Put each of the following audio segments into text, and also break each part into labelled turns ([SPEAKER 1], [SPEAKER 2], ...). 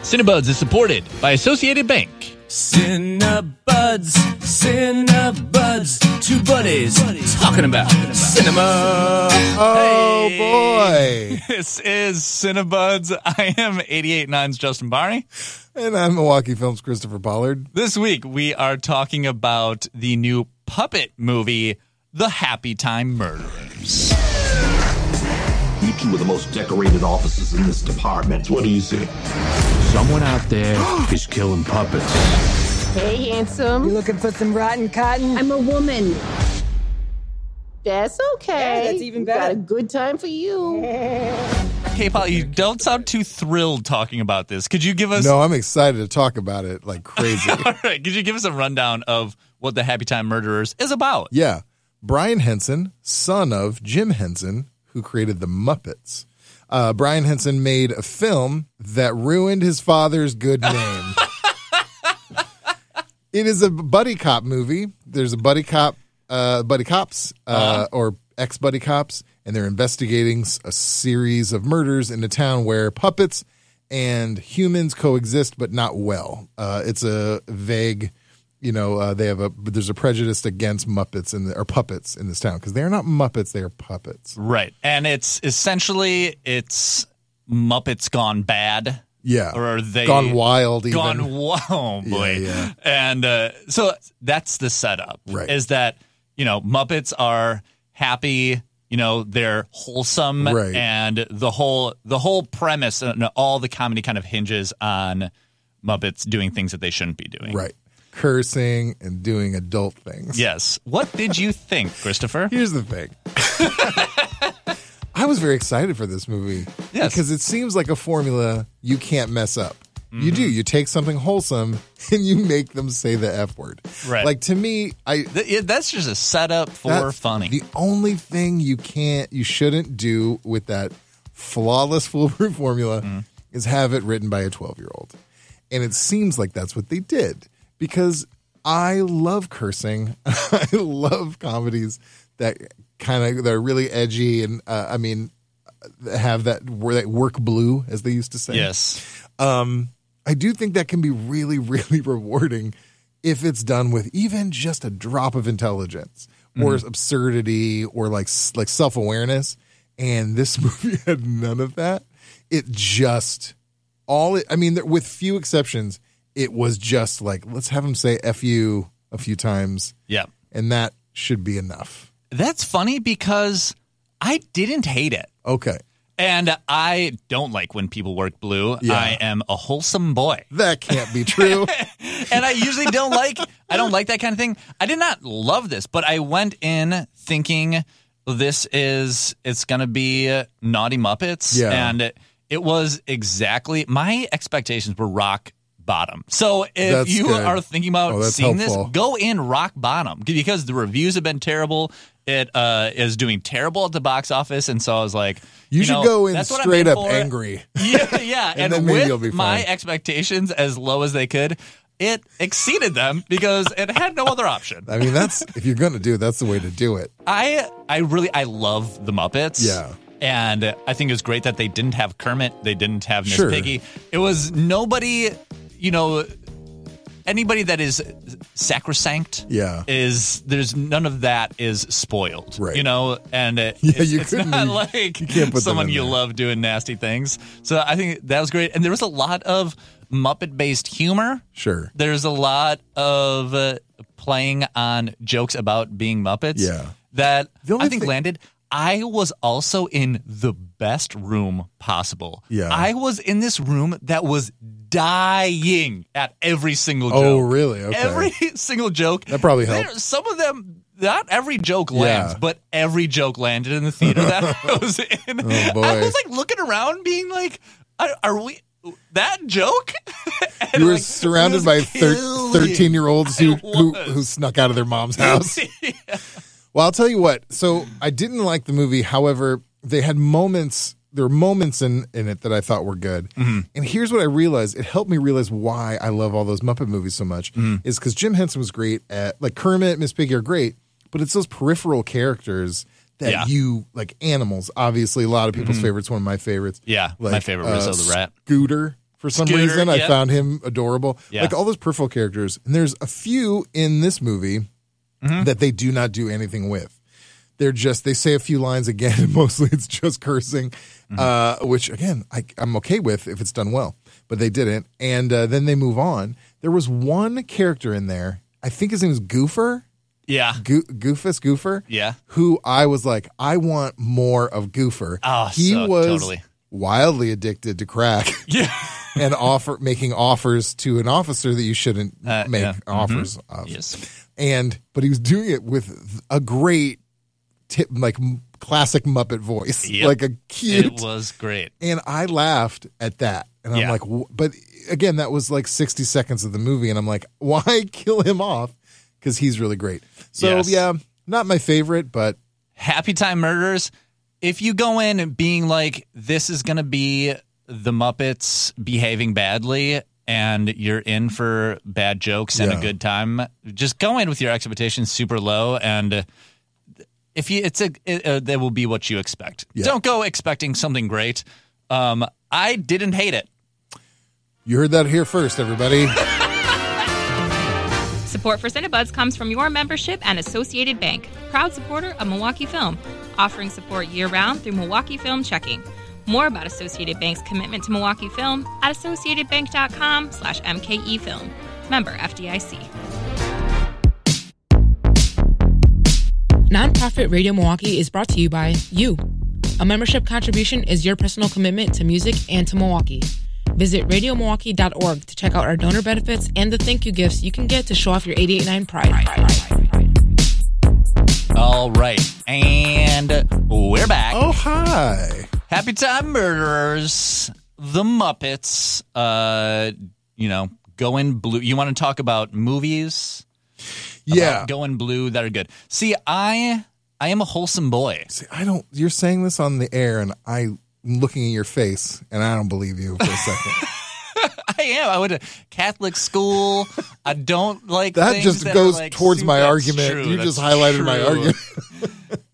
[SPEAKER 1] Cinebuds is supported by Associated Bank.
[SPEAKER 2] Cinebuds, Cinebuds, two buddies talking about cinema.
[SPEAKER 3] Oh boy!
[SPEAKER 4] This is Cinebuds. I am 889's Justin Barney.
[SPEAKER 3] And I'm Milwaukee Films Christopher Pollard.
[SPEAKER 4] This week we are talking about the new puppet movie, The Happy Time Murderers.
[SPEAKER 5] You two are the most decorated officers in this department. What do you say?
[SPEAKER 6] Someone out there is killing puppets.
[SPEAKER 7] Hey, handsome.
[SPEAKER 8] Looking for some rotten cotton?
[SPEAKER 7] I'm a woman. That's okay.
[SPEAKER 8] Yeah, that's even
[SPEAKER 7] We've Got
[SPEAKER 8] better.
[SPEAKER 7] a good time for you.
[SPEAKER 4] Hey, Paul, you don't sound too thrilled talking about this. Could you give us
[SPEAKER 3] No, I'm excited to talk about it like crazy.
[SPEAKER 4] All right, could you give us a rundown of what The Happy Time Murderers is about?
[SPEAKER 3] yeah, Brian Henson, son of Jim Henson, who created the Muppets. Uh, Brian Henson made a film that ruined his father's good name. it is a buddy cop movie. There's a buddy cop, uh, buddy cops, uh,
[SPEAKER 4] Uh-huh.
[SPEAKER 3] or ex buddy cops, and they're investigating s- a series of murders in a town where puppets and humans coexist, but not well. Uh, it's a vague, you know, uh, they have a there's a prejudice against Muppets in the, or puppets in this town because they are not Muppets, they are puppets.
[SPEAKER 4] Right. And it's essentially it's Muppets gone bad.
[SPEAKER 3] Yeah,
[SPEAKER 4] Or are they
[SPEAKER 3] gone wild? Even.
[SPEAKER 4] Gone wow, boy.
[SPEAKER 3] yeah.
[SPEAKER 4] And uh, so that's the setup.
[SPEAKER 3] Right.
[SPEAKER 4] Is that, you know, Muppets are happy, you know, they're wholesome
[SPEAKER 3] Right.
[SPEAKER 4] and the whole the whole premise and all the comedy kind of hinges on Muppets doing things that they shouldn't be doing.
[SPEAKER 3] right, cursing and doing adult things.
[SPEAKER 4] Yes. What did you think, Christopher?
[SPEAKER 3] Here's the thing. I was very excited for this movie
[SPEAKER 4] Yes.
[SPEAKER 3] because it seems like a formula you can't mess up.
[SPEAKER 4] Mm-hmm.
[SPEAKER 3] You do. You take something wholesome and you make them say the F word.
[SPEAKER 4] Right.
[SPEAKER 3] Like to me, I
[SPEAKER 4] Th- yeah, that's just a setup for
[SPEAKER 3] that's
[SPEAKER 4] funny.
[SPEAKER 3] The only thing you can't you shouldn't do with that flawless foolproof formula is have it written by a 12-year-old. And it seems like that's what they did because I love cursing. I love comedies that kind of that are really edgy and uh, I mean have that wor- that work blue as they used to say.
[SPEAKER 4] yes.
[SPEAKER 3] Um, I do think that can be really, really rewarding if it's done with even just a drop of intelligence or
[SPEAKER 4] Mm-hmm.
[SPEAKER 3] absurdity or like s- like self awareness. And this movie had none of that. It just all it, I mean, there- with few exceptions, it was just like let's have him say "f you" a few times,
[SPEAKER 4] Yeah.
[SPEAKER 3] and that should be enough.
[SPEAKER 4] That's funny because I didn't hate it.
[SPEAKER 3] Okay,
[SPEAKER 4] And I don't like when people work blue.
[SPEAKER 3] Yeah.
[SPEAKER 4] I am a wholesome boy.
[SPEAKER 3] that can't be true.
[SPEAKER 4] And I usually don't like I don't like that kind of thing. I did not love this, but I went in thinking this is it's going to be naughty muppets
[SPEAKER 3] Yeah.
[SPEAKER 4] and it was exactly my expectations were rock bottom. So if
[SPEAKER 3] That's
[SPEAKER 4] you
[SPEAKER 3] good.
[SPEAKER 4] are thinking about
[SPEAKER 3] Oh, that's
[SPEAKER 4] seeing
[SPEAKER 3] helpful.
[SPEAKER 4] this, go in rock bottom because the reviews have been terrible. It uh, is doing terrible at the box office, and so I was like,
[SPEAKER 3] You, should
[SPEAKER 4] know,
[SPEAKER 3] go in
[SPEAKER 4] that's what I'm
[SPEAKER 3] straight up
[SPEAKER 4] for.
[SPEAKER 3] angry.
[SPEAKER 4] Yeah, yeah.
[SPEAKER 3] And
[SPEAKER 4] and
[SPEAKER 3] then maybe
[SPEAKER 4] with
[SPEAKER 3] you'll be
[SPEAKER 4] my
[SPEAKER 3] fine.
[SPEAKER 4] expectations as low as they could, it exceeded them because it had no other option.
[SPEAKER 3] I mean, that's if you're gonna do it, that's the way to do it.
[SPEAKER 4] I I really I love the Muppets.
[SPEAKER 3] Yeah.
[SPEAKER 4] And I think it was great that they didn't have Kermit, they didn't have Miss
[SPEAKER 3] Sure.
[SPEAKER 4] Piggy. It was nobody, you know, anybody that is sacrosanct.
[SPEAKER 3] Yeah.
[SPEAKER 4] Is there's none of that is spoiled,
[SPEAKER 3] Right.
[SPEAKER 4] You know, and it,
[SPEAKER 3] Yeah,
[SPEAKER 4] it's,
[SPEAKER 3] you
[SPEAKER 4] it's
[SPEAKER 3] couldn't-
[SPEAKER 4] not
[SPEAKER 3] you-
[SPEAKER 4] like
[SPEAKER 3] you can't put them
[SPEAKER 4] someone
[SPEAKER 3] in
[SPEAKER 4] you
[SPEAKER 3] there.
[SPEAKER 4] love doing nasty things. So I think that was great, and there was a lot of Muppet-based humor
[SPEAKER 3] Sure.
[SPEAKER 4] there's a lot of uh, playing on jokes about being Muppets.
[SPEAKER 3] Yeah.
[SPEAKER 4] That
[SPEAKER 3] The only
[SPEAKER 4] I think
[SPEAKER 3] thing-
[SPEAKER 4] landed. I was also in the best room possible.
[SPEAKER 3] Yeah.
[SPEAKER 4] I was in this room that was dying at every single joke.
[SPEAKER 3] Oh, really? Okay.
[SPEAKER 4] Every single joke.
[SPEAKER 3] That probably
[SPEAKER 4] There-
[SPEAKER 3] helped.
[SPEAKER 4] Some of them, not every joke lands,
[SPEAKER 3] Yeah.
[SPEAKER 4] but every joke landed in the theater that I was in.
[SPEAKER 3] Oh, boy.
[SPEAKER 4] I was like looking around, being like, "Are, are we that joke?" And,
[SPEAKER 3] you were
[SPEAKER 4] like, it
[SPEAKER 3] surrounded
[SPEAKER 4] was
[SPEAKER 3] by
[SPEAKER 4] killing.
[SPEAKER 3] 13 year olds who,
[SPEAKER 4] I
[SPEAKER 3] who
[SPEAKER 4] was.
[SPEAKER 3] who snuck out of their mom's house. Well, I'll tell you what. So I didn't like the movie. However, they had moments. There were moments in, in it that I thought were good.
[SPEAKER 4] Mm-hmm.
[SPEAKER 3] And here's what I realized. It helped me realize why I love all those Muppet movies so much.
[SPEAKER 4] Mm-hmm.
[SPEAKER 3] Is because Jim Henson was great at like Kermit, Miss Piggy are great, but it's those peripheral characters that
[SPEAKER 4] Yeah. Mm-hmm.
[SPEAKER 3] you like uh, animals. Obviously, a lot of people's favorites. One of my favorites.
[SPEAKER 4] Yeah, my favorite Rizzo the Rat.
[SPEAKER 3] Scooter for some
[SPEAKER 4] Scooter,
[SPEAKER 3] reason. I
[SPEAKER 4] yeah.
[SPEAKER 3] found him adorable.
[SPEAKER 4] Yeah.
[SPEAKER 3] Like all those peripheral characters, and there's a few in this movie
[SPEAKER 4] Mm-hmm.
[SPEAKER 3] that they do not do anything with. They're just they say a few lines again, and mostly it's just cursing,
[SPEAKER 4] Mm-hmm.
[SPEAKER 3] uh, which again I, I'm okay with if it's done well. But they didn't, and uh, then they move on. There was one character in there. I think his name is Goofer.
[SPEAKER 4] Yeah.
[SPEAKER 3] Goo- Goofus Goofer.
[SPEAKER 4] Yeah.
[SPEAKER 3] Who I was like, I want more of Goofer.
[SPEAKER 4] Oh,
[SPEAKER 3] he
[SPEAKER 4] so
[SPEAKER 3] was
[SPEAKER 4] totally.
[SPEAKER 3] wildly addicted to crack
[SPEAKER 4] Yeah.
[SPEAKER 3] and offer making offers to an officer that you shouldn't
[SPEAKER 4] Uh,
[SPEAKER 3] make
[SPEAKER 4] yeah.
[SPEAKER 3] offers of.
[SPEAKER 4] yes.
[SPEAKER 3] And but he was doing it with a great tip, like m- classic Muppet voice,
[SPEAKER 4] Yep.
[SPEAKER 3] like a cute.
[SPEAKER 4] It was great.
[SPEAKER 3] and I laughed at that, and I'm
[SPEAKER 4] Yeah.
[SPEAKER 3] like, "Wh- but again, that was like 60 seconds of the movie, and I'm like, why kill him off? Because he's really great. So
[SPEAKER 4] Yes.
[SPEAKER 3] yeah, not my favorite, but
[SPEAKER 4] Happy Time Murders. If you go in being like, this is going to be the Muppets behaving badly and you're in for bad jokes and
[SPEAKER 3] Yeah.
[SPEAKER 4] a good time, just go in with your expectations super low and. uh, If you, it's a, it, uh, that will be what you expect.
[SPEAKER 3] Yeah.
[SPEAKER 4] Don't go expecting something great. Um, I didn't hate it.
[SPEAKER 3] you heard that here first, everybody.
[SPEAKER 9] Support for Cinebuds comes from your membership and Associated Bank, proud supporter of Milwaukee Film, offering support year round through Milwaukee Film Checking. More about Associated Bank's commitment to Milwaukee Film at associatedbank.com slash MKE Film. Member FDIC.
[SPEAKER 10] Nonprofit Radio Milwaukee is brought to you by you. A membership contribution is your personal commitment to music and to Milwaukee. Visit radiomilwaukee.org to check out our donor benefits and the thank you gifts you can get to show off your 889 pride.
[SPEAKER 4] All right. And we're back.
[SPEAKER 3] oh hi.
[SPEAKER 4] Happy Time Murderers, The Muppets. Uh, you know, going blue. You want to talk about movies?
[SPEAKER 3] Yeah.
[SPEAKER 4] about going blue that are good. See, I I am a wholesome boy.
[SPEAKER 3] See, I don't. You're saying this on the air, and I'm looking at your face, and I don't believe you for a second.
[SPEAKER 4] I am. I went to Catholic school. I don't like
[SPEAKER 3] That
[SPEAKER 4] things
[SPEAKER 3] just
[SPEAKER 4] that are,
[SPEAKER 3] goes
[SPEAKER 4] like,
[SPEAKER 3] towards
[SPEAKER 4] super-
[SPEAKER 3] my
[SPEAKER 4] That's
[SPEAKER 3] argument.
[SPEAKER 4] true,
[SPEAKER 3] you
[SPEAKER 4] that's
[SPEAKER 3] just highlighted my
[SPEAKER 4] true.
[SPEAKER 3] argument.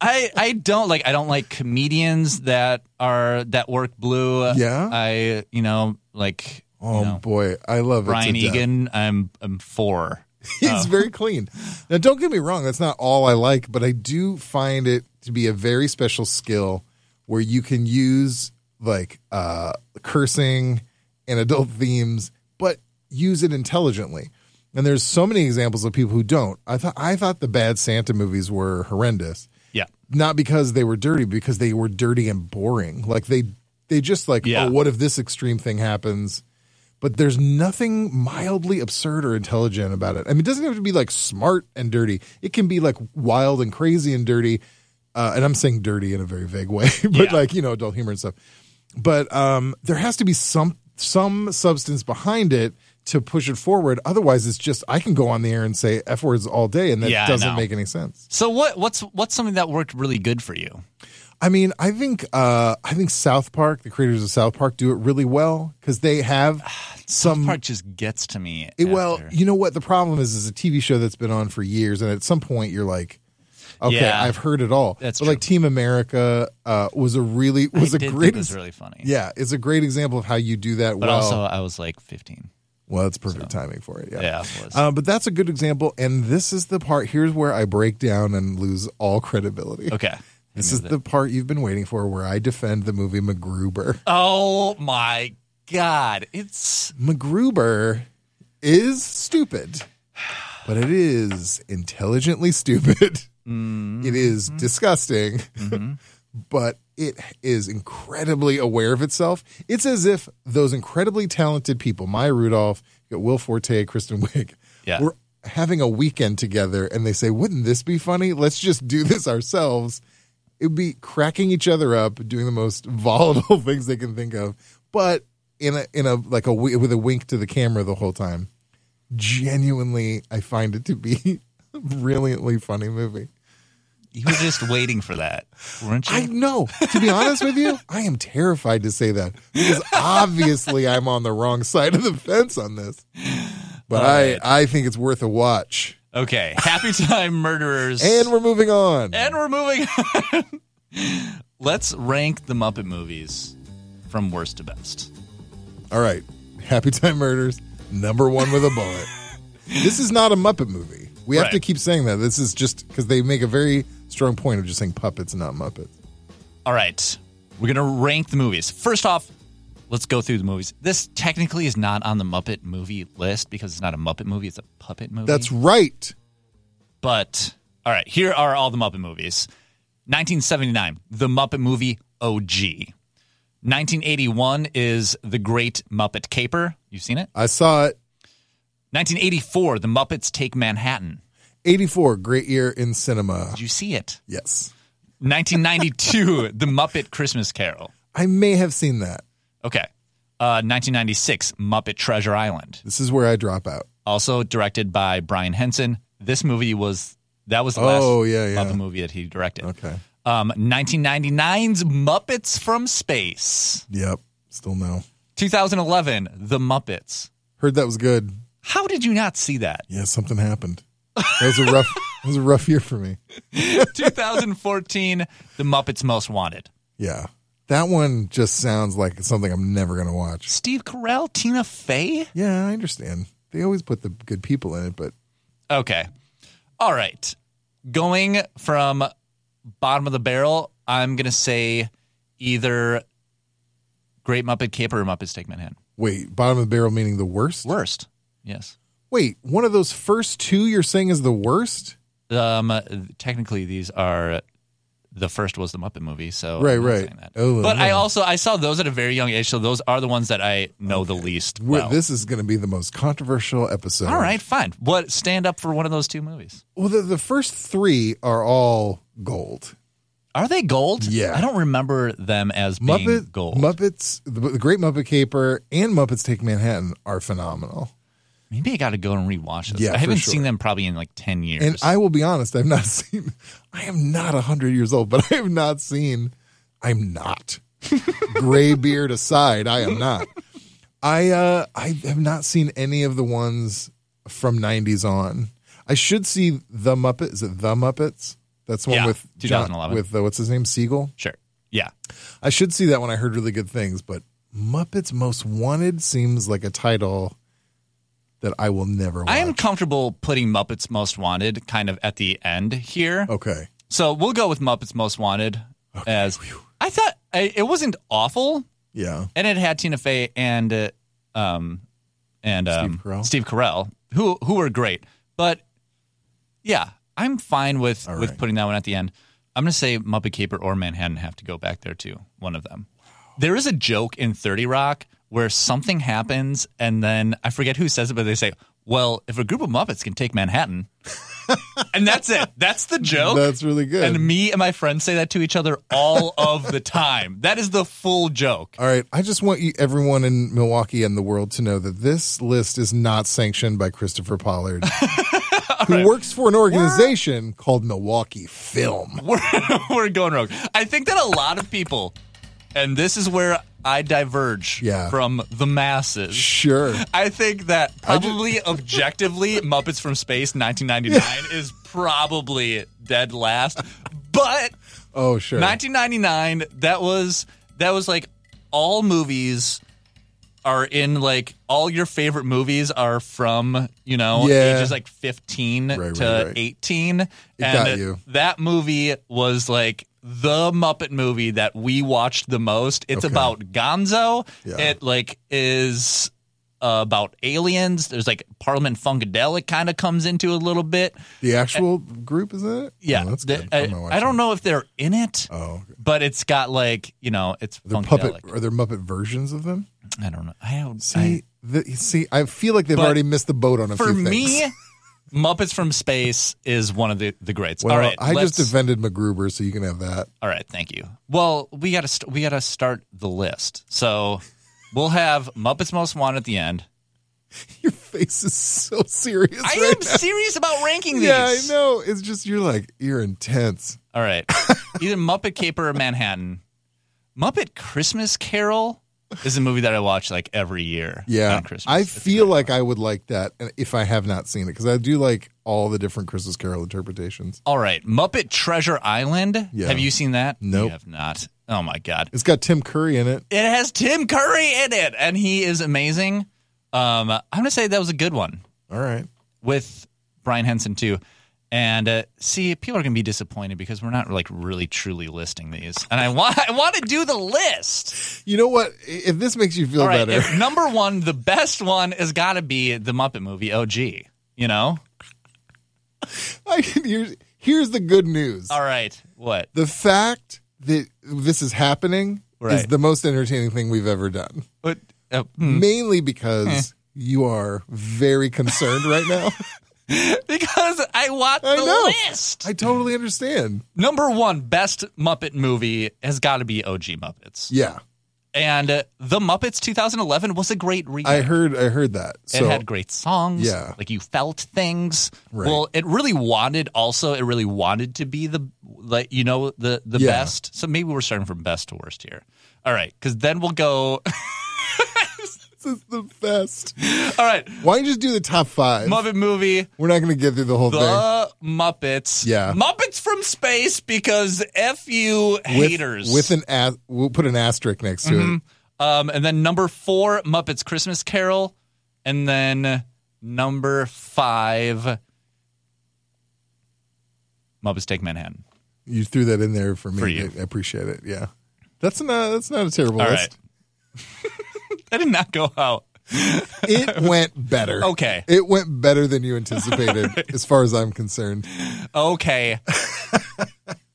[SPEAKER 4] I I don't like I don't like comedians that are that work blue.
[SPEAKER 3] Yeah?
[SPEAKER 4] I you know like
[SPEAKER 3] Oh
[SPEAKER 4] you know,
[SPEAKER 3] boy, I love
[SPEAKER 4] Brian
[SPEAKER 3] it. to death.
[SPEAKER 4] Egan. I'm I'm for.
[SPEAKER 3] He's very clean. Now, don't get me wrong. That's not all I like, but I do find it to be a very special skill where you can use like uh, cursing and adult themes, but use it intelligently. And there's so many examples of people who don't. I thought I thought the bad Santa movies were horrendous,
[SPEAKER 4] Yeah.
[SPEAKER 3] not because they were dirty, because they were dirty and boring. Like they they just like,
[SPEAKER 4] Yeah.
[SPEAKER 3] oh, what if this extreme thing happens? but there's nothing mildly absurd or intelligent about it. I mean, it doesn't have to be like smart and dirty. It can be like wild and crazy and dirty. Uh, and I'm saying dirty in a very vague way, but
[SPEAKER 4] Yeah.
[SPEAKER 3] like you know, adult humor and stuff. But um, there has to be some some substance behind it to push it forward. Otherwise, it's just I can go on the air and say f words all day, and that
[SPEAKER 4] Yeah, I
[SPEAKER 3] doesn't
[SPEAKER 4] know.
[SPEAKER 3] make any sense.
[SPEAKER 4] So what what's what's something that worked really good for you?
[SPEAKER 3] I mean, I think uh, I think South Park, the creators of South Park, do it really well because they have some
[SPEAKER 4] Part just Ah, gets to me.
[SPEAKER 3] Mm. It- well,
[SPEAKER 4] after.
[SPEAKER 3] you know what the problem is? Is a TV show that's been on for years, and at some point you're like, okay,
[SPEAKER 4] Yeah.
[SPEAKER 3] I've heard it all.
[SPEAKER 4] That's
[SPEAKER 3] but like
[SPEAKER 4] true.
[SPEAKER 3] Team America uh, was a really was
[SPEAKER 4] I
[SPEAKER 3] a
[SPEAKER 4] did
[SPEAKER 3] great
[SPEAKER 4] think it was really funny.
[SPEAKER 3] yeah, it's a great example of how you do that
[SPEAKER 4] but
[SPEAKER 3] well.
[SPEAKER 4] also I was like 15.
[SPEAKER 3] well, it's perfect timing for it. Yeah.
[SPEAKER 4] Yeah, it was.
[SPEAKER 3] Uh, but that's a good example, and this is the part. Here's where I break down and lose all credibility.
[SPEAKER 4] Okay.
[SPEAKER 3] This is the part you've been waiting for, where I defend the movie MacGruber.
[SPEAKER 4] Oh my god, it's
[SPEAKER 3] MacGruber is stupid, but it is intelligently stupid. It is disgusting, but it is incredibly aware of itself. It's as if those incredibly talented people, Maya Rudolph, you got Will Forte, Kristen Wiig,
[SPEAKER 4] Yeah.
[SPEAKER 3] were having a weekend together and they say, wouldn't this be funny? Let's just do this ourselves. It would be cracking each other up, doing the most volatile things they can think of, but in a in a like a wi- with a wink to the camera the whole time. Genuinely, I find it to be a brilliantly funny movie.
[SPEAKER 4] you were just waiting for that, weren't you?
[SPEAKER 3] I know. To be honest with you, I am terrified to say that because obviously I'm on the wrong side of the fence on this. But I I think it's worth a watch.
[SPEAKER 4] okay, Happy Time Murderers,
[SPEAKER 3] And we're moving on.
[SPEAKER 4] and we're moving. on. Let's rank the Muppet movies from worst to best.
[SPEAKER 3] All right. Happy Time Murders, number one with a bullet. this is not a Muppet movie. We have
[SPEAKER 4] Right.
[SPEAKER 3] to keep saying that. This is just because they make a very strong point of just saying puppets, not Muppets.
[SPEAKER 4] All right. We're going to rank the movies. First off, let's go through the movies. This technically is not on the Muppet movie list because it's not a Muppet movie, it's a puppet movie.
[SPEAKER 3] That's right.
[SPEAKER 4] But, all right, here are all the Muppet movies 1979, The Muppet Movie OG. 1981 is The Great Muppet Caper. You've seen it?
[SPEAKER 3] I saw it.
[SPEAKER 4] 1984, The Muppets Take Manhattan.
[SPEAKER 3] 84, great year in cinema.
[SPEAKER 4] Did you see it?
[SPEAKER 3] Yes.
[SPEAKER 4] 1992, The Muppet Christmas Carol.
[SPEAKER 3] I may have seen that.
[SPEAKER 4] Okay. Uh, 1996, Muppet Treasure Island.
[SPEAKER 3] This is where I drop out.
[SPEAKER 4] also directed by Brian Henson. This movie was that was the
[SPEAKER 3] Oh,
[SPEAKER 4] last
[SPEAKER 3] yeah, yeah.
[SPEAKER 4] Muppet movie that he directed.
[SPEAKER 3] Okay.
[SPEAKER 4] Um, 1999's Muppets from Space.
[SPEAKER 3] Yep. Still no.
[SPEAKER 4] 2011, The Muppets.
[SPEAKER 3] Heard that was good.
[SPEAKER 4] How did you not see that?
[SPEAKER 3] Yeah, something happened. That was a rough. that was a rough year for me.
[SPEAKER 4] 2014, The Muppets Most Wanted.
[SPEAKER 3] Yeah, that one just sounds like something I'm never gonna watch.
[SPEAKER 4] Steve Carell, Tina Fey.
[SPEAKER 3] Yeah, I understand. They always put the good people in it, but
[SPEAKER 4] Okay. All right. Going from bottom of the barrel, I'm gonna say either Great Muppet Caper or Muppets Take Manhattan.
[SPEAKER 3] wait, bottom of the barrel meaning the worst.
[SPEAKER 4] Worst. Yes.
[SPEAKER 3] Wait, one of those first two you're saying is the worst?
[SPEAKER 4] Um, uh, technically, these are the first was the Muppet movie, so
[SPEAKER 3] Right,
[SPEAKER 4] I'm not
[SPEAKER 3] right.
[SPEAKER 4] saying that.
[SPEAKER 3] Oh,
[SPEAKER 4] but I
[SPEAKER 3] yeah.
[SPEAKER 4] also I saw those at a very young age, so those are the ones that I know the least.
[SPEAKER 3] We're-
[SPEAKER 4] Well.
[SPEAKER 3] This is going to be the most controversial episode.
[SPEAKER 4] all right, fine. What stand up for one of those two movies?
[SPEAKER 3] Well, the, the first three are all gold.
[SPEAKER 4] Are they gold?
[SPEAKER 3] Yeah.
[SPEAKER 4] I don't remember them as being
[SPEAKER 3] Muppet
[SPEAKER 4] gold.
[SPEAKER 3] Muppets, the, the Great Muppet Caper, and Muppets Take Manhattan are phenomenal.
[SPEAKER 4] Maybe I got to go and rewatch this.
[SPEAKER 3] Yeah,
[SPEAKER 4] I haven't
[SPEAKER 3] for sure.
[SPEAKER 4] seen them probably in like ten years.
[SPEAKER 3] And I will be honest, I've not seen. I am not hundred years old, but I have not seen. I'm not. Gray beard aside, I am not. I uh, I have not seen any of the ones from '90s on. I should see the Muppet. Is it the Muppets? That's the one
[SPEAKER 4] Yeah,
[SPEAKER 3] with John-
[SPEAKER 4] 2011.
[SPEAKER 3] with uh, what's his name Siegel.
[SPEAKER 4] sure. Yeah.
[SPEAKER 3] I should see that when I heard really good things, but Muppets Most Wanted seems like a title that I will never. Watch.
[SPEAKER 4] I am comfortable putting Muppets Most Wanted kind of at the end here.
[SPEAKER 3] okay.
[SPEAKER 4] So we'll go with Muppets Most Wanted as I thought I, it wasn't awful,
[SPEAKER 3] Yeah.
[SPEAKER 4] and it had Tina Fey and uh, um and um,
[SPEAKER 3] Carell?
[SPEAKER 4] Steve Carell, who who were great. But yeah, I'm fine with
[SPEAKER 3] All
[SPEAKER 4] with
[SPEAKER 3] right.
[SPEAKER 4] putting that one at the end. I'm gonna say Muppet Caper or Manhattan have to go back there too. One of them. There is a joke in Thirty Rock where something happens, and then I forget who says it, but they say, "Well, if a group of Muppets can take Manhattan." and that's it. That's the joke.
[SPEAKER 3] That's really good.
[SPEAKER 4] And me and my friends say that to each other all of the time. That is the full joke.
[SPEAKER 3] All right. I just want you, everyone in Milwaukee and the world to know that this list is not sanctioned by Christopher Pollard, who works for an organization called Milwaukee Film.
[SPEAKER 4] We're, we're going rogue. I think that a lot of people, and this is where I diverge
[SPEAKER 3] Yeah.
[SPEAKER 4] from the masses.
[SPEAKER 3] Sure.
[SPEAKER 4] I think that probably objectively, Muppets from Space 1999 is probably dead last. But
[SPEAKER 3] Oh, sure.
[SPEAKER 4] 1999, that was that was like all movies are in like all your favorite movies are from you know
[SPEAKER 3] Yeah.
[SPEAKER 4] ages like 15
[SPEAKER 3] right,
[SPEAKER 4] to
[SPEAKER 3] right.
[SPEAKER 4] 18 and
[SPEAKER 3] got you.
[SPEAKER 4] that movie was like the muppet movie that we watched the most it's
[SPEAKER 3] Okay.
[SPEAKER 4] about gonzo
[SPEAKER 3] Yeah.
[SPEAKER 4] it like is uh, about aliens there's like parliament funkadelic kind of comes into a little bit
[SPEAKER 3] the actual group is in it?
[SPEAKER 4] yeah
[SPEAKER 3] Oh, that's
[SPEAKER 4] the-
[SPEAKER 3] good.
[SPEAKER 4] I,
[SPEAKER 3] I'm gonna watch
[SPEAKER 4] I don't
[SPEAKER 3] that.
[SPEAKER 4] know if they're in it
[SPEAKER 3] Oh, okay.
[SPEAKER 4] but it's got like you know it's
[SPEAKER 3] They're
[SPEAKER 4] funkadelic.
[SPEAKER 3] puppet. Are there Muppet versions of them?
[SPEAKER 4] I don't know. I don't
[SPEAKER 3] See, the, see, I feel like they've
[SPEAKER 4] But
[SPEAKER 3] already missed the boat on
[SPEAKER 4] I,
[SPEAKER 3] a
[SPEAKER 4] for
[SPEAKER 3] few things.
[SPEAKER 4] me, Muppets from Space is one of the the greats.
[SPEAKER 3] well,
[SPEAKER 4] all right,
[SPEAKER 3] I just
[SPEAKER 4] let's-
[SPEAKER 3] defended MacGruber, so you can have that.
[SPEAKER 4] all right. Thank you. Well, we gotta st- we gotta start the list. So we'll have Muppets Most Wanted at the end.
[SPEAKER 3] Your face is so serious.
[SPEAKER 4] I
[SPEAKER 3] right
[SPEAKER 4] am
[SPEAKER 3] now.
[SPEAKER 4] serious about ranking these.
[SPEAKER 3] Yeah, I know. It's just you're like you're intense.
[SPEAKER 4] All right, either Muppet Caper or Manhattan. Muppet Christmas Carol is a movie that I watch like every year.
[SPEAKER 3] Yeah,
[SPEAKER 4] on Christmas.
[SPEAKER 3] I
[SPEAKER 4] It's
[SPEAKER 3] feel
[SPEAKER 4] great.
[SPEAKER 3] like I would like that and if I have not seen it because I do like all the different Christmas Carol interpretations.
[SPEAKER 4] All right, Muppet Treasure Island.
[SPEAKER 3] Yeah.
[SPEAKER 4] Have you seen that?
[SPEAKER 3] Nope.
[SPEAKER 4] you have not. Oh my god.
[SPEAKER 3] It's got Tim Curry in it.
[SPEAKER 4] It has Tim Curry in it, and he is amazing. Um, I'm going to say that was a good one
[SPEAKER 3] All right.
[SPEAKER 4] with Brian Henson too. And uh, see, people are going to be disappointed because we're not like really truly listing these. And I want I want to do the list.
[SPEAKER 3] You know what? If this makes you feel
[SPEAKER 4] All right,
[SPEAKER 3] better,
[SPEAKER 4] if number one, the best one has got to be the Muppet movie. OG, you know.
[SPEAKER 3] I can, here's, here's the good news.
[SPEAKER 4] All right, what?
[SPEAKER 3] The fact that this is happening is
[SPEAKER 4] Right.
[SPEAKER 3] the most entertaining thing we've ever done.
[SPEAKER 4] What- uh, hmm.
[SPEAKER 3] Mainly because you are very concerned right now.
[SPEAKER 4] Because I want the
[SPEAKER 3] I know.
[SPEAKER 4] list.
[SPEAKER 3] I totally understand.
[SPEAKER 4] Number one, best Muppet movie has got to be OG Muppets.
[SPEAKER 3] Yeah.
[SPEAKER 4] And uh, The Muppets 2011 was a great remake.
[SPEAKER 3] I heard I heard that.
[SPEAKER 4] It
[SPEAKER 3] So
[SPEAKER 4] had great songs.
[SPEAKER 3] Yeah.
[SPEAKER 4] Like you felt things.
[SPEAKER 3] Right.
[SPEAKER 4] Well, it really wanted also, it really wanted to be the like you know, the the
[SPEAKER 3] Yeah.
[SPEAKER 4] best. So maybe we're starting from best to worst here. All right, because then we'll go
[SPEAKER 3] this is the best.
[SPEAKER 4] all right.
[SPEAKER 3] Why don't you just do the top five?
[SPEAKER 4] Muppet movie,
[SPEAKER 3] We're not gonna get through the whole thing.
[SPEAKER 4] The Muppets.
[SPEAKER 3] Yeah.
[SPEAKER 4] Muppets from space because F you
[SPEAKER 3] With-
[SPEAKER 4] haters.
[SPEAKER 3] With an a- we'll put an asterisk next to it.
[SPEAKER 4] Um, and then number four, Muppets Christmas Carol. And then number five, Muppets Take Manhattan.
[SPEAKER 3] You threw that in there for me.
[SPEAKER 4] For you.
[SPEAKER 3] I appreciate it. Yeah. That's not that's not a terrible
[SPEAKER 4] All
[SPEAKER 3] list.
[SPEAKER 4] right. that did not go out.
[SPEAKER 3] It went better.
[SPEAKER 4] Okay.
[SPEAKER 3] It went better than you anticipated, as far as I'm concerned.
[SPEAKER 4] Okay.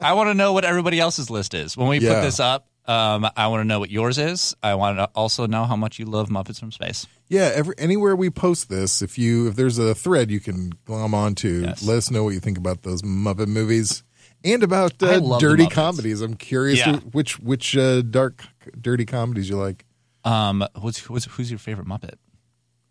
[SPEAKER 4] I want to know what everybody else's list is. When we
[SPEAKER 3] Yeah.
[SPEAKER 4] put this up, um, I want to know what yours is. I want to also know how much you love Muppets from Space.
[SPEAKER 3] Yeah, every, anywhere we post this, if you if there's a thread you can glom onto,
[SPEAKER 4] Yes.
[SPEAKER 3] let us know what you think about those Muppet movies and about
[SPEAKER 4] I
[SPEAKER 3] uh,
[SPEAKER 4] love the
[SPEAKER 3] dirty
[SPEAKER 4] Muppets.
[SPEAKER 3] comedies. I'm curious
[SPEAKER 4] Yeah.
[SPEAKER 3] wh- which which uh, dark dirty comedies you like.
[SPEAKER 4] Um, what's, what's, who's your favorite Muppet?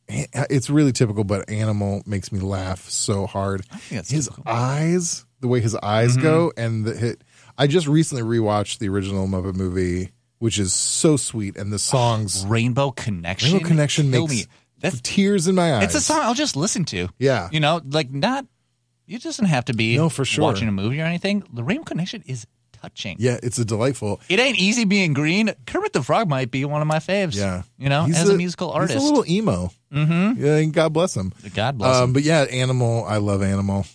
[SPEAKER 3] Eh, It's really typical, but Animal makes me laugh so hard.
[SPEAKER 4] think that's
[SPEAKER 3] his
[SPEAKER 4] typical. Mm-hmm.
[SPEAKER 3] eyes, the way his eyes go, and the hit. I just recently rewatched the original Muppet movie, which is so sweet, and the songs.
[SPEAKER 4] Rainbow Connection.
[SPEAKER 3] Rainbow Connection
[SPEAKER 4] Kill
[SPEAKER 3] makes
[SPEAKER 4] me. That's
[SPEAKER 3] tears in my eyes.
[SPEAKER 4] It's a song I'll just listen to.
[SPEAKER 3] Yeah.
[SPEAKER 4] You know, like not it doesn't have to be
[SPEAKER 3] No, for sure.
[SPEAKER 4] watching a movie or anything. The Rainbow Connection is touching.
[SPEAKER 3] Yeah, it's a delightful.
[SPEAKER 4] It ain't easy being green. Kermit the Frog might be one of my faves.
[SPEAKER 3] Yeah,
[SPEAKER 4] You know,
[SPEAKER 3] He's
[SPEAKER 4] as a, musical artist.
[SPEAKER 3] he's a little emo. Mm-hmm. Yeah, and God bless him.
[SPEAKER 4] God bless
[SPEAKER 3] um,
[SPEAKER 4] him.
[SPEAKER 3] But yeah, Animal. I love Animal.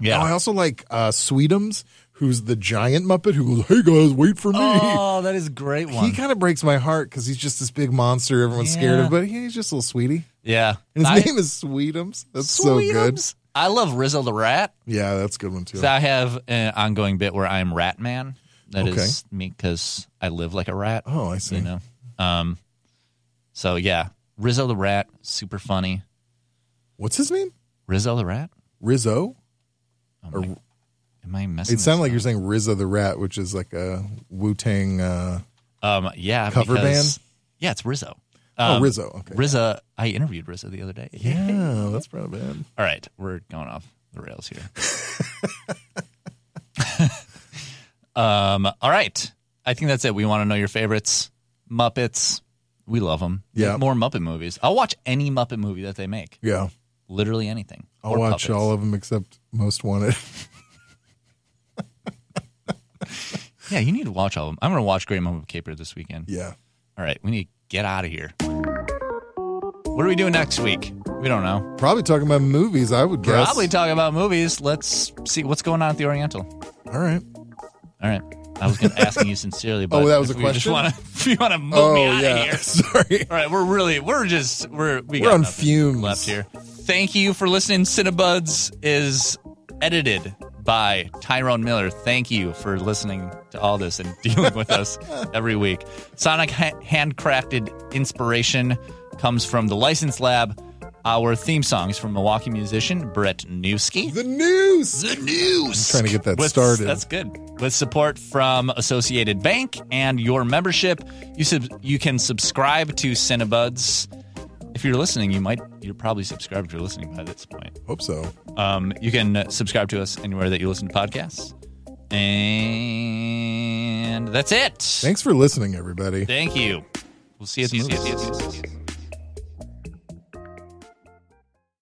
[SPEAKER 4] yeah.
[SPEAKER 3] Oh, I also like uh, Sweetums, who's the giant Muppet who goes, "Hey guys, wait for me."
[SPEAKER 4] Oh, that is a great one.
[SPEAKER 3] He kind of breaks my heart because he's just this big monster everyone's scared
[SPEAKER 4] Yeah.
[SPEAKER 3] of, but he's just a little sweetie.
[SPEAKER 4] yeah.
[SPEAKER 3] And his
[SPEAKER 4] I-
[SPEAKER 3] name is Sweetums. That's so good.
[SPEAKER 4] Sweetums. I love Rizzo the Rat.
[SPEAKER 3] Yeah, that's a good one too.
[SPEAKER 4] So I have an ongoing bit where I'm Rat Man. That is
[SPEAKER 3] Okay.
[SPEAKER 4] me because I live like a rat.
[SPEAKER 3] Oh, I see.
[SPEAKER 4] You know, um, so yeah, Rizzo the Rat, super funny.
[SPEAKER 3] What's his name?
[SPEAKER 4] Rizzo the Rat?
[SPEAKER 3] Rizzo.
[SPEAKER 4] Am I messing?
[SPEAKER 3] It
[SPEAKER 4] this
[SPEAKER 3] sounded like
[SPEAKER 4] up?
[SPEAKER 3] you're saying Rizzo the Rat, which is like a Wu Tang. Uh,
[SPEAKER 4] um, yeah,
[SPEAKER 3] cover
[SPEAKER 4] because-
[SPEAKER 3] band?
[SPEAKER 4] Yeah, it's Rizzo.
[SPEAKER 3] oh,
[SPEAKER 4] Um,
[SPEAKER 3] Rizzo. Okay.
[SPEAKER 4] Rizzo. I interviewed Rizzo the other day.
[SPEAKER 3] Yeah, that's probably bad.
[SPEAKER 4] All right, we're going off the rails here. um. All right, I think that's it. We want to know your favorites, Muppets. We love them.
[SPEAKER 3] Yeah.
[SPEAKER 4] more Muppet movies. I'll watch any Muppet movie that they make.
[SPEAKER 3] Yeah.
[SPEAKER 4] Literally anything.
[SPEAKER 3] I'll
[SPEAKER 4] Or
[SPEAKER 3] watch
[SPEAKER 4] puppets.
[SPEAKER 3] all of them except Most Wanted.
[SPEAKER 4] Yeah, you need to watch all of them. I'm going to watch Great Muppet Caper this weekend.
[SPEAKER 3] yeah.
[SPEAKER 4] All right, we need to get out of here. What are we doing next week? We don't know.
[SPEAKER 3] Probably talking about movies, I would guess.
[SPEAKER 4] Probably talking about movies. Let's see what's going on at the Oriental.
[SPEAKER 3] All right.
[SPEAKER 4] All right. I was going to ask you sincerely, but
[SPEAKER 3] Oh, that was
[SPEAKER 4] if
[SPEAKER 3] a
[SPEAKER 4] we Just
[SPEAKER 3] question?
[SPEAKER 4] wanna, if you want to move
[SPEAKER 3] Oh,
[SPEAKER 4] me out of
[SPEAKER 3] yeah.
[SPEAKER 4] here.
[SPEAKER 3] Sorry.
[SPEAKER 4] All right, we're really, we're just, we're we
[SPEAKER 3] We're
[SPEAKER 4] got
[SPEAKER 3] on
[SPEAKER 4] nothing
[SPEAKER 3] fumes.
[SPEAKER 4] left here. Thank you for listening. Cinebuds is edited by Tyrone Miller. Thank you for listening to all this and dealing with us every week. Sonic ha- handcrafted inspiration comes from the License Lab. Our theme song is from Milwaukee musician Brett Newski.
[SPEAKER 3] The news.
[SPEAKER 4] The news.
[SPEAKER 3] Trying to get that
[SPEAKER 4] With-
[SPEAKER 3] started.
[SPEAKER 4] That's good. With support from Associated Bank and your membership, you sub- you can subscribe to Cinebuds. If you're listening, you might you're probably subscribed. If you're listening by this point,
[SPEAKER 3] Hope so.
[SPEAKER 4] um, you can uh, subscribe to us anywhere that you listen to podcasts. And that's it.
[SPEAKER 3] Thanks for listening, everybody.
[SPEAKER 4] Thank you. We'll see you at the movies.